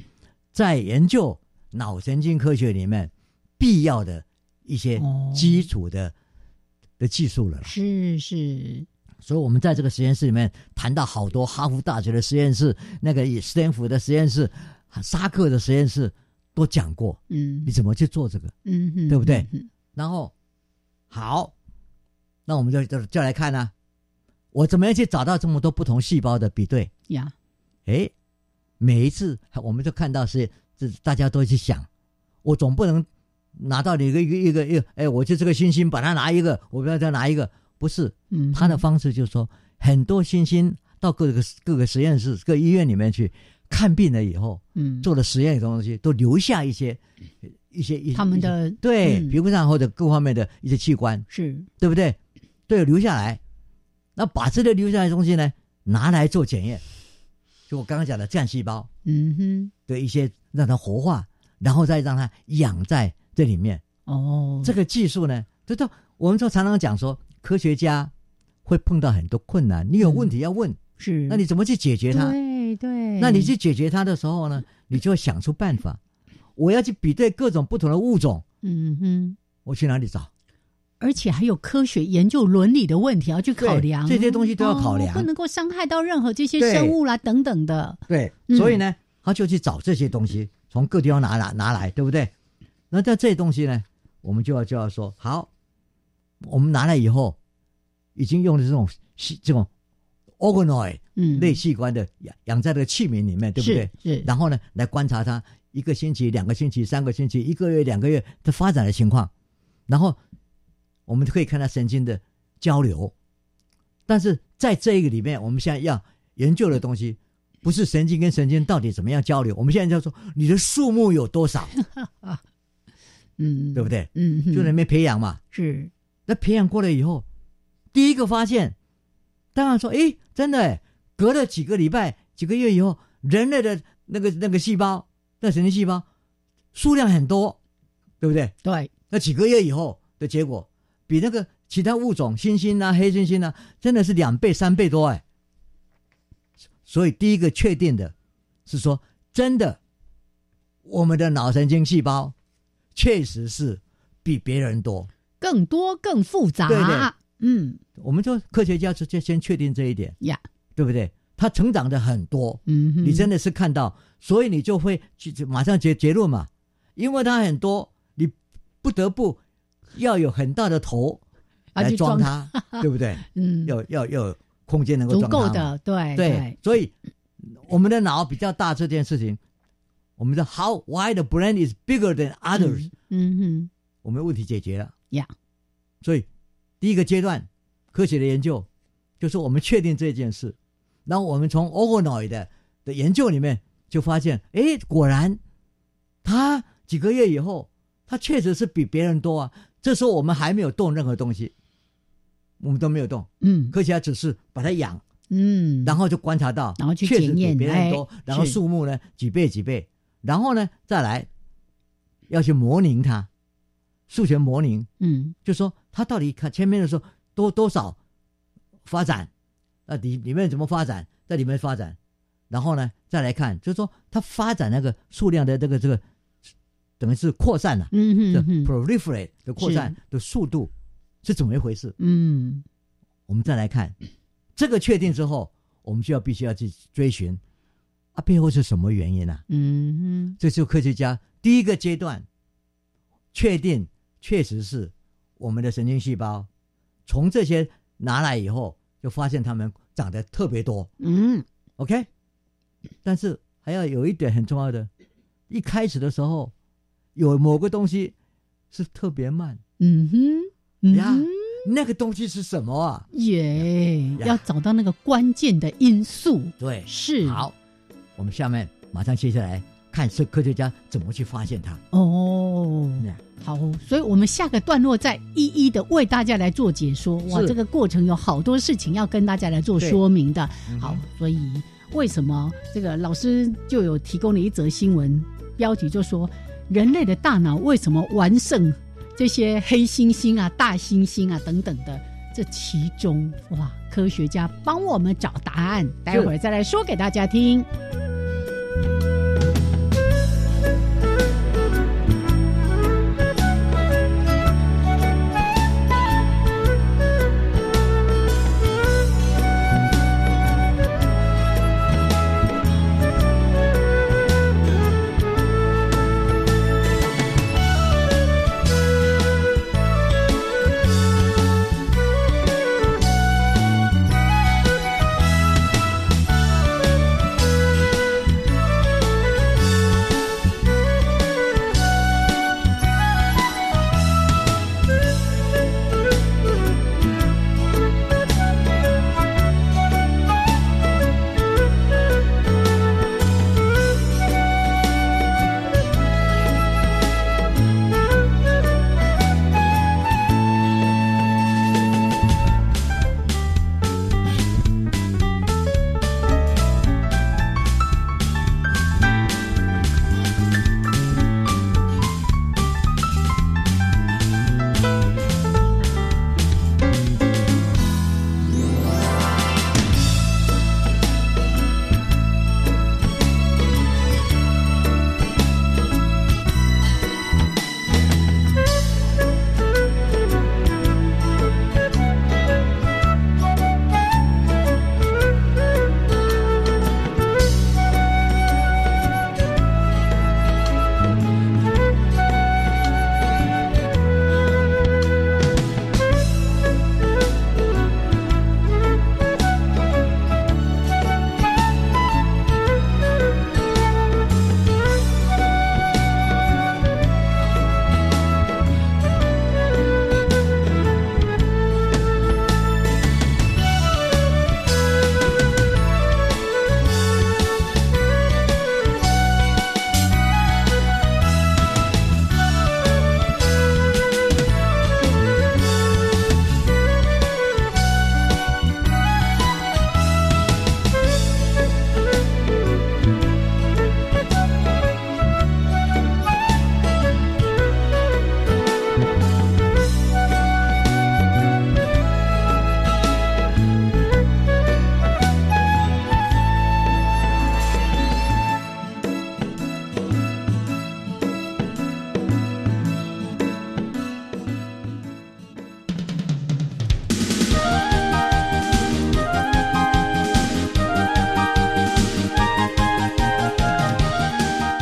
B: 在研究脑神经科学里面必要的一些
A: 哦
B: 基础的、的技术了啦。
A: 是是，
B: 所以我们在这个实验室里面谈到好多哈佛大学的实验室、那个以斯坦福的实验室、沙克的实验室都讲过，
A: 嗯
B: 你怎么去做这个？
A: 嗯哼，
B: 对不对
A: 嗯哼？
B: 然后，好，那我们就就就来看啊，我怎么样去找到这么多不同细胞的比对？
A: 呀，
B: 诶，哎每一次我们就看到是，这大家都去想，我总不能拿到你一个一个一个一个，哎，我就这个星星把它拿一个，我不要再拿一个，不是，
A: 嗯，
B: 他的方式就是说，很多星星到各个各个实验室、各医院里面去看病了以后，
A: 嗯，
B: 做了实验的东西，都留下一些一些一些
A: 他们的
B: 对
A: 嗯
B: 皮肤上或者各方面的一些器官，
A: 是
B: 对不对？对，留下来，那把这些留下来的东西呢，拿来做检验，就我刚刚讲的干细胞
A: 嗯哼。
B: 的一些让它活化，然后再让它养在这里面。
A: 哦，
B: 这个技术呢，就到我们说常常讲说，科学家会碰到很多困难，你有问题要问，
A: 是，
B: 那你怎么去解决它？
A: 嗯对对，
B: 那你去解决它的时候呢，你就要想出办法。我要去比对各种不同的物种，
A: 嗯哼，
B: 我去哪里找？
A: 而且还有科学研究伦理的问题要去考
B: 对
A: 量，
B: 这些东西都要
A: 哦
B: 考量
A: 不能够伤害到任何这些
B: 对
A: 生物啦等等的，
B: 对，
A: 嗯
B: 所以呢，他就去找这些东西，从各地方拿拿拿来，对不对？那在这些东西呢，我们就要就要说好，我们拿来以后，已经用的这种这种 organoid
A: 嗯，
B: 类器官的养养在这个器皿里面，对不对？
A: 是，是
B: 然后呢，来观察它一个星期、两个星期、三个星期、一个月、两个月的发展的情况，然后我们就可以看到神经的交流。但是在这个里面，我们现在要研究的东西，不是神经跟神经到底怎么样交流，我们现在就说你的数目有多少，
A: 嗯，
B: 对不？对？
A: 嗯哼，
B: 就在那边培养嘛。
A: 是，
B: 那培养过了以后，第一个发现，当然说，诶，真的诶，隔了几个礼拜、几个月以后，人类的那个那个细胞，那神经细胞数量很多，对不对？
A: 对，
B: 那几个月以后的结果，比那个其他物种，猩猩啊、黑猩猩啊，真的是两倍、三倍多哎。所以第一个确定的是说，真的，我们的脑神经细胞确实是比别人多。
A: 更多、更复杂。
B: 对对
A: 嗯
B: 我们就科学家就就先确定这一点，
A: 呀，
B: 对不对？它成长的很多，
A: 嗯哼，
B: 你真的是看到，所以你就会去就马上结结论嘛，因为它很多，你不得不要有很大的头
A: 啊
B: 来
A: 去装
B: 装它， *laughs* 对不对？
A: 嗯
B: 要要要有空间能够
A: 足
B: 装它
A: 够
B: 嘛
A: 的，对
B: 对，所以我们的脑比较大这件事情，我们的 how why the brain is bigger than others，、
A: 嗯哼
B: 我们问题解决了。
A: 呀，
B: 所以第一个阶段，科学的研究就是我们确定这件事，然后我们从 organoid 的的研究里面就发现，诶，果然他几个月以后，他确实是比别人多啊。这时候我们还没有动任何东西，我们都没有动，
A: 嗯
B: 科学家只是把它养，
A: 嗯，
B: 然后就观察到，
A: 然后去
B: 确实
A: 检
B: 比
A: 验
B: 别人多
A: 哎，
B: 然后
A: 是
B: 数目呢几倍几倍，然后呢再来要去模拟它，数学模拟，
A: 嗯
B: 就说他到底看前面的时候多多少发展，那里里面怎么发展，在里面发展，然后呢再来看，就是说它发展那个数量的这个这个，等于是扩散了、啊，
A: 嗯
B: 这
A: 哼哼
B: proliferate 的扩散的速度是怎么一回事？
A: 嗯
B: 我们再来看这个确定之后，我们就要必须要去追寻啊背后是什么原因啊？
A: 嗯
B: 这就是科学家第一个阶段确定，确实是我们的神经细胞从这些拿来以后，就发现它们长得特别多。
A: 哼嗯
B: OK，但是还要有一点很重要的，一开始的时候有某个东西是特别慢哎
A: 嗯哼嗯
B: 呀
A: 哼，
B: 那个东西是什么啊？
A: 耶，
B: 呀
A: 要找到那个关键的因素
B: 对，
A: 是
B: 好，我们下面马上接下来看是科学家怎么去发现它。
A: 哦。
B: 呀
A: 好，所以我们下个段落再一一的为大家来做解说。哇，
B: 是
A: 这个过程有好多事情要跟大家来做说明的。
B: 嗯哼
A: 好，所以为什么这个老师就有提供了一则新闻，标题就说人类的大脑为什么完胜这些黑猩猩啊、大猩猩啊等等的？这其中哇，科学家帮我们找答案，待会儿再来说给大家听。
H: 啊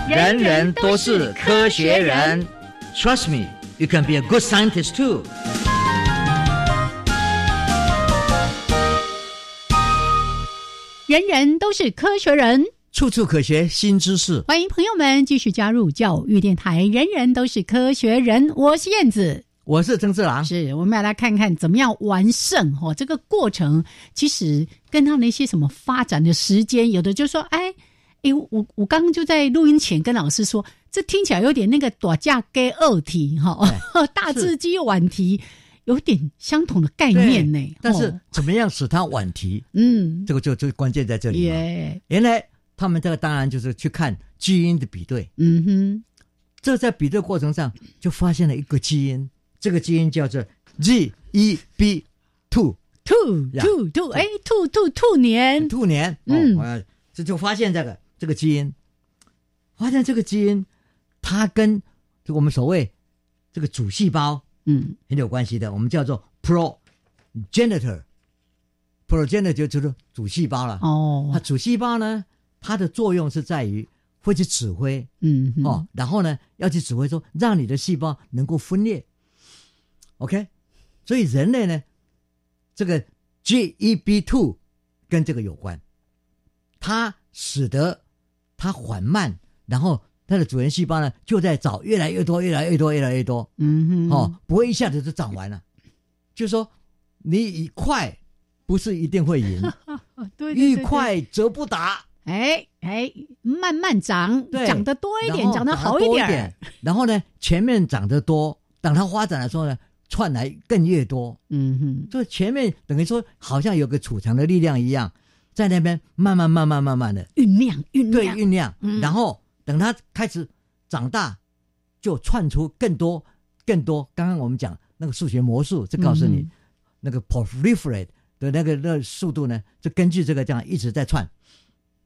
K: 人人都是科学人。
B: Trust me, you can be a good scientist too.
E: 人人都是科学人，
B: 处处可学新知识。
E: 欢迎朋友们继续加入教育电台。人人都是科学人，我是燕子。
B: 我是曾志郎，
A: 是我们要来看看怎么样完胜哦。这个过程其实跟他们一些什么发展的时间，有的就说，哎，哎，我我刚刚就在录音前跟老师说，这听起来有点那个短价给二题哈， *laughs* 大字机晚题有点相同的概念呢。
B: 但
A: 哦
B: 是怎么样使它晚题？
A: 嗯，
B: 这个就就关键在这里嘛。
A: 耶，
B: 原来他们这个当然就是去看基因的比对，
A: 嗯哼，
B: 这在比对过程上就发现了一个基因，这个基因叫做 G E B two
A: 兔
B: 呀
A: 兔兔，哎，兔兔兔年，
B: 兔年。哦、
A: 嗯
B: 嗯，这就发现这个这个基因，发现这个基因它跟我们所谓这个主细胞
A: 嗯
B: 很有关系的，我们叫做 progenitor。progenitor 就是主细胞了。它
A: 哦，
B: 主细胞呢，它的作用是在于会去指挥
A: 嗯哼
B: 哦，，然后呢要去指挥说让你的细胞能够分裂。OK，所以人类呢，这个 GEB2 跟这个有关，它使得它缓慢，然后它的主人细胞呢就在找越来越多、越来越多、越来越多。
A: 嗯哼，
B: 哦，，不会一下子就涨完了。就是说，你以快不是一定会赢，
A: *laughs* 哦对，对对
B: 欲，
A: 对
B: 快则不达，
A: 哎哎，慢慢涨，
B: 对
A: 涨得多一
B: 然
A: 点，
B: 后
A: 涨得好
B: 多一
A: 点儿，
B: 点。然后呢，前面涨得多，等它发展的时候呢，窜来更越多。
A: 嗯哼，
B: 就前面等于说，好像有个储藏的力量一样，在那边慢慢、慢慢、慢慢的
A: 酝酿酝
B: 对
A: 酿，
B: 酝酿，
A: 嗯
B: 然后等它开始长大，就窜出更多、更多。刚刚我们讲那个数学魔术，就告诉你、
A: 嗯
B: 那个 proliferate 的那个那个速度呢，就根据这个这样一直在窜，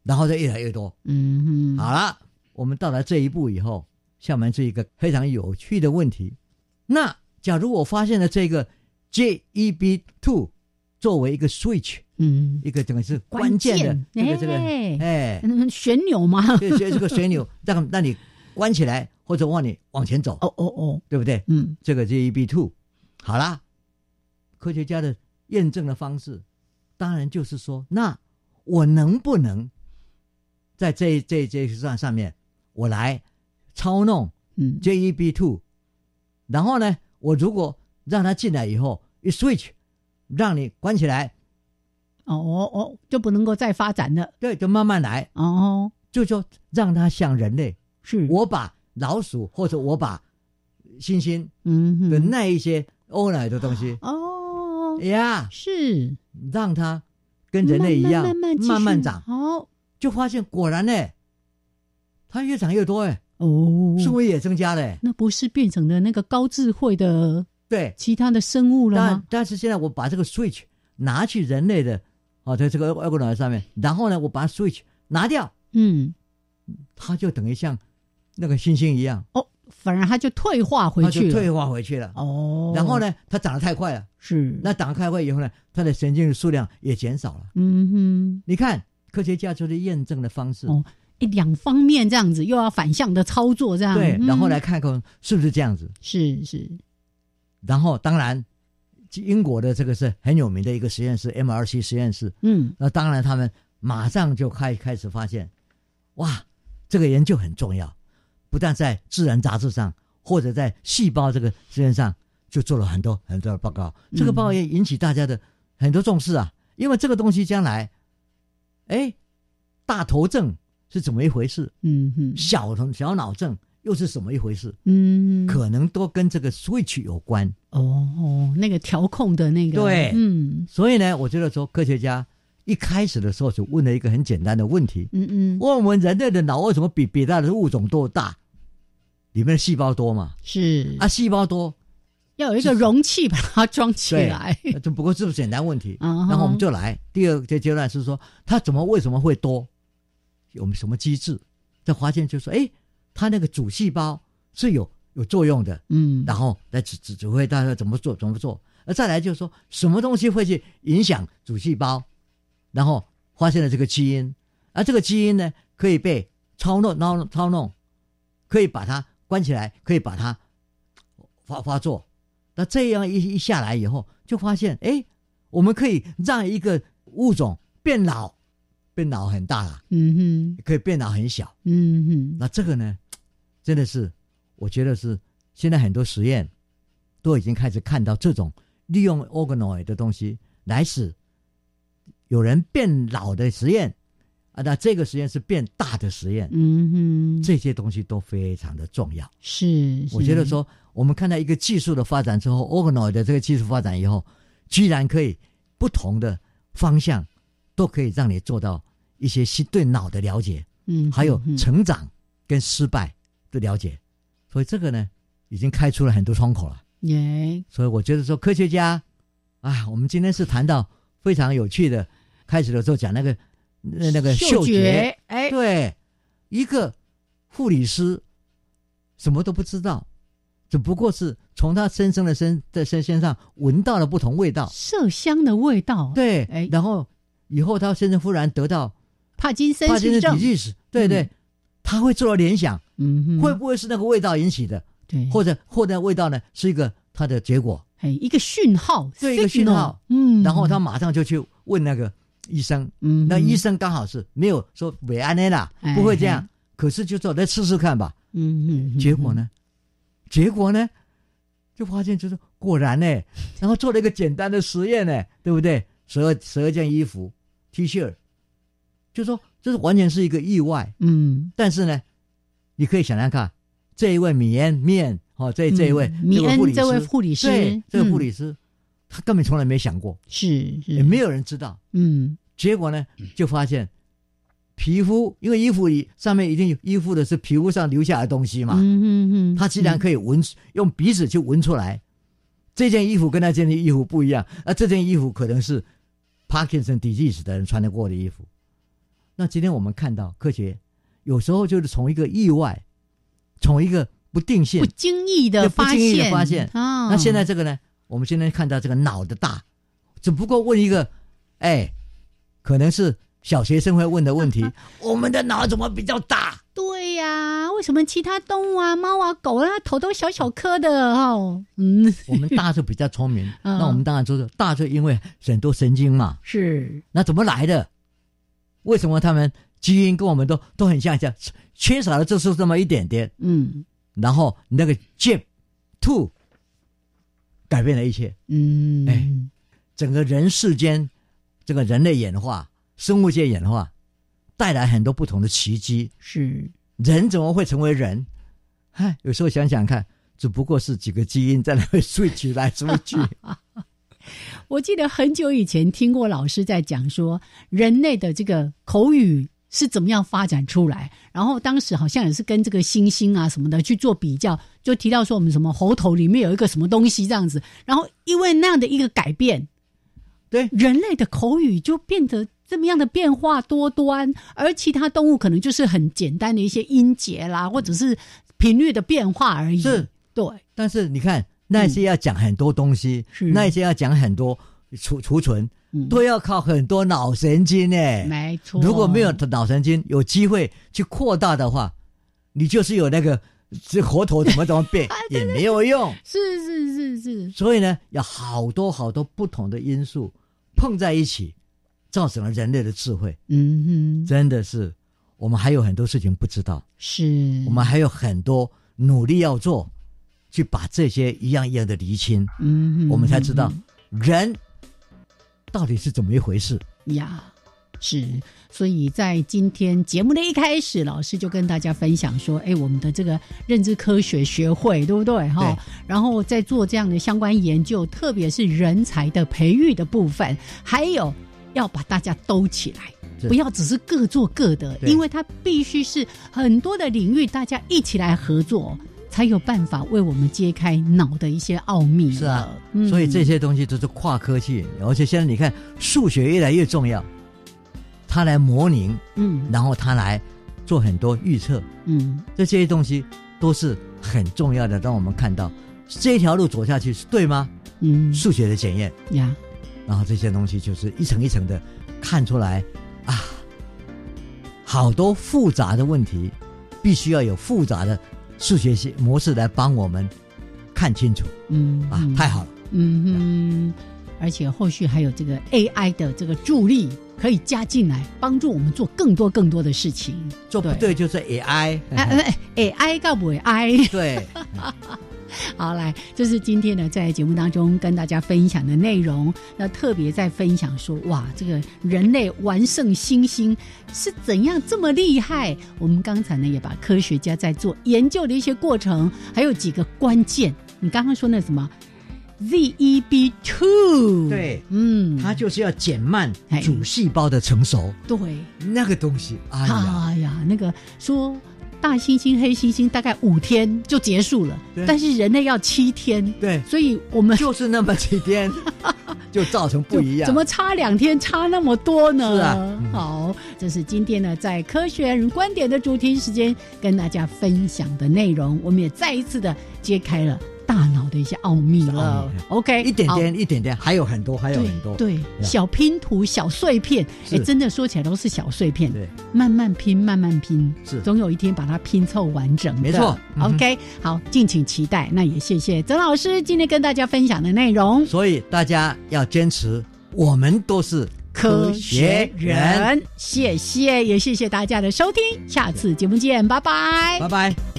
B: 然后再越来越多。
A: 嗯哼，
B: 好了，我们到达这一步以后，下面是一个非常有趣的问题。那假如我发现了这个 JEB2 作为一个 switch，
A: 嗯，
B: 一个等于是
A: 关
B: 关键的
A: 键
B: 这个这个
A: 哎
B: 哎
A: 嗯旋钮吗？
B: 所以所以这个旋钮让让你关起来，或者让你往前走，
A: 哦哦哦，
B: 对不对？
A: 嗯
B: 这个 JEB two，好啦，科学家的验证的方式，当然就是说，那我能不能在这这这上上面，我来操弄
A: 嗯，
B: JEB two，然后呢，我如果让它进来以后一 switch，让你关起来，
A: 哦哦哦，就不能够再发展了。
B: 对，就慢慢来，
A: 哦，
B: 就说让它像人类，
A: 是，
B: 我把老鼠或者我把猩猩
A: 嗯哼
B: 的那一些欧奶的东西
A: 哦
B: 哎呀，
A: 是
B: 让它跟人类一样
A: 慢慢慢慢慢
B: 慢慢
A: 继续
B: 长，
A: 好
B: 就发现果然呢，它越长越多哎，
A: 哦，
B: 数位也增加了哎，
A: 那不是变成了那个高智慧的
B: 对。
A: 其他的生物了
B: 但
A: 吗？
B: 但是现在我把这个 switch 拿去人类的哦，在这个外国脑上面，然后呢，我把 switch 拿掉，
A: 嗯，
B: 它就等于像那个猩猩一样，
A: 哦，反而它就退化回
B: 它就
A: 去了。
B: 退化回去了。
A: 哦，嗯
B: 然后？呢，它长得太快了，
A: 是，
B: 那长得太快以后呢，它的神经的数量也减少了。
A: 嗯
B: 你看，科学家就是验证的方式，
A: 哦哼，一两方面这样子，又要反向的操作这样。
B: 对，
A: 嗯
B: 然后来看看是不是这样子。
A: 是是，
B: 然后，当然，英国的这个是很有名的一个实验室 MRC 实验室，
A: 嗯
B: 那当然他们马上就开开始发现，哇，这个研究很重要，不但在《自然》杂志上，或者在细胞这个实验上，就做了很多很多的报告。这个报告也引起大家的很多重视啊，因为这个东西将来，哎，大头症是怎么一回事？
A: 嗯哼，
B: 小头小脑症又是怎么一回事？
A: 嗯，
B: 可能都跟这个 switch 有关。
A: 哦哦，那个调控的那个，
B: 对
A: 嗯
B: 所以呢，我觉得说科学家一开始的时候就问了一个很简单的问题：
A: 嗯嗯，
B: 问我们人类的脑为什么比别的物种都大？里面的细胞多嘛？
A: 是
B: 啊，细
A: *laughs*
B: 胞多，
A: 要有一个容器把它装起
B: 对
A: 来，
B: 呃这不过是不是简单问题？
A: *laughs* 啊哈
B: 然后我们就来第二个阶段是说，它怎么为什么会多？有没有什么机制？这发现就说，哎，它那个主细胞是有有作用的，
A: 嗯，
B: 然后来指指指挥大家怎么做怎么做。而再来就是说什么东西会去影响主细胞，然后发现了这个基因，而这个基因呢可以被操弄、操弄、操弄，可以把它关起来，可以把它发发作。那这样一一下来以后，就发现，哎，我们可以让一个物种变老，变老很大了，
A: 嗯
B: 哼，可以变老很小，
A: 嗯哼。
B: 那这个呢，真的是，我觉得是现在很多实验都已经开始看到这种利用 organoid 的东西来使有人变老的实验。啊，那这个实验是变大的实验，
A: 嗯哼，
B: 这些东西都非常的重要。
A: 是，是
B: 我觉得说，我们看到一个技术的发展之后，organoid 的这个技术发展以后，居然可以不同的方向都可以让你做到一些新对脑的了解，
A: 嗯，
B: 还有成长跟失败的了解，所以这个呢，已经开出了很多窗口了。
A: 耶，
B: 所以我觉得说，科学家啊，我们今天是谈到非常有趣的，开始的时候讲那个。那那个
A: 嗅
B: 觉，
A: 哎，
B: 对，一个护理师什么都不知道，只不过是从他身上的身在身身上闻到了不同味道，
A: 麝香的味道，
B: 对，
A: 哎，
B: 然后以后他先生忽然得到
A: 帕金森
B: 帕金
A: 氏症，
B: 体历史，对对，
A: 嗯
B: 他会做到联想，
A: 嗯，哎
B: 会不会是那个味道引起的？
A: 对，
B: 或者或者味道呢是一个他的结果，
A: 哎，一个讯号，
B: 对一个讯
A: signal，
B: 号，
A: 嗯，
B: 然后他马上就去问那个医生，
A: 嗯
B: 那医生刚好是没有说维安内啦，
A: 哎
B: 不会这样，可是就说来试试看吧，
A: 嗯嗯，
B: 结果呢，结果呢，就发现就是果
A: *laughs*
B: 然呢，然后做了一个简单的实验呢，对不对？十二十二件衣服 T 恤，就说这是完全是一个意外，
A: 嗯，
B: 但是呢，你可以想想看，这一位米恩米恩哦，这这一位、
A: 嗯米恩这位护理师
B: 对，这
A: 嗯
B: 个护理师，他根本从来没想过，
A: 是是
B: 也没有人知道。
A: 嗯，
B: 结果呢，就发现皮肤，因为衣服里上面一定有依附的是皮肤上留下的东西嘛。
A: 嗯嗯嗯，
B: 他既然可以闻，用鼻子去闻出来，这件衣服跟那件衣服不一样，那这件衣服可能是 Parkinson disease 的人穿得过的衣服。那今天我们看到科学，有时候就是从一个意外，从一个不定性、
A: 不经意的
B: 对不
A: 发
B: 经意的
A: 现，
B: 发现
A: 啊，
B: 那现在这个呢，我们现在看到这个脑的大，只不过问一个，哎，可能是小学生会问
A: *laughs*
B: 的问题，我们的脑怎么比较大？
A: 对呀、为什么其他动物啊，猫啊、狗啊，头都小小颗的哦？嗯，
B: 我们大是比较聪明，
A: 嗯
B: 那我们当然就是大是因为很多神经嘛，
A: 是
B: 那怎么来的？为什么他们基因跟我们都都很像像，缺少了就是这么一点点，
A: 嗯
B: 然后那个 j two 改变了一切，
A: 嗯，
B: 哎整个人世间，这个人类演化、生物界演化，带来很多不同的奇迹。
A: 是
B: 人怎么会成为人？哎，有时候想想看，只不过是几个基因在那边 switch 来 switch。
A: 我记得很久以前听过老师在讲说，人类的这个口语是怎么样发展出来，然后当时好像也是跟这个猩猩啊什么的去做比较，就提到说我们什么喉头里面有一个什么东西这样子，然后因为那样的一个改变，
B: 对
A: 人类的口语就变得。这么样的变化多端，而其他动物可能就是很简单的一些音节啦，或者是频率的变化而已。
B: 是，
A: 对，
B: 但是你看，那些要讲很多东西，
A: 是
B: 那些要讲很多储储存，都要靠很多脑神经哎、
A: 嗯没错。
B: 如果没有脑神经，有机会去扩大的话，你就是有那个这活头怎么怎么
A: *laughs*
B: 变也没有用。
A: 是是是是，
B: 所以呢，有好多好多不同的因素碰在一起，造成了人类的智慧。
A: 嗯哼，
B: 真的是，我们还有很多事情不知道，
A: 是
B: 我们还有很多努力要做，去把这些一样一样的厘清，
A: 嗯，
B: 我们才知道人到底是怎么一回事。
A: 呀。是，所以在今天节目的一开始，老师就跟大家分享说，哎，我们的这个认知科学学会，对不对？哈
B: 对，
A: 然后在做这样的相关研究，特别是人才的培育的部分，还有要把大家兜起来。
B: 是
A: 不要只是各做各的，
B: 对
A: 因为它必须是很多的领域大家一起来合作，才有办法为我们揭开脑的嗯一些奥秘。
B: 是啊，所以这些东西都是跨科技，而且现在你看数学越来越重要，它来模拟，
A: 嗯
B: 然后它来做很多预测，
A: 嗯
B: 这些东西都是很重要的，让我们看到这条路走下去是对吗？
A: 嗯
B: 数学的检验，
A: 呀。
B: 然后这些东西就是一层一层的看出来啊，好多复杂的问题，必须要有复杂的数学系模式来帮我们看清楚。
A: 嗯
B: 啊，太好了。
A: 嗯哼，而且后续还有这个 AI 的这个助力可以加进来，帮助我们做更多更多的事情。
B: 做不对就是 AI，
A: 哎哎哎，AI 告不 AI？
B: 对。
A: 嗯好，来，这是今天呢，在节目当中跟大家分享的内容。那特别在分享说，哇，这个人类完胜猩猩是怎样这么厉害？我们刚才呢，也把科学家在做研究的一些过程，还有几个关键。你刚刚说那什么 ZEB two，
B: 对，
A: 嗯，
B: 它就是要减慢主细胞的成熟。
A: 对，
B: 那个东西，哎呀，
A: 哎呀，那个说。大猩猩、黑猩猩大概五天就结束了，但是人类要七天，
B: 对，
A: 所以我们
B: 就是那么几
A: *laughs*
B: 天，就造成不一样。
A: 怎么差两天差那么多呢？
B: 是啊嗯
A: 好，这是今天呢在科学人观点的主题时间跟大家分享的内容，我们也再一次的揭开了大脑的一些奥秘了。OK，
B: 啊一点
A: 好
B: 点，一点点，还有很多，还有很多。
A: 哦对
B: 呀
A: 小拼图、小碎片，哎，
B: 是
A: 真的说起来都是小碎片，对，慢慢拼，慢慢拼，
B: 是
A: 总有一天把它拼凑完整的。
B: 没错嗯哼
A: OK，好，敬请期待。那也谢谢曾老师今天跟大家分享的内容。
B: 所以大家要坚持，我们都是
A: 科学人，谢谢，也谢谢大家的收听，下次节目见，拜拜，
B: 拜拜。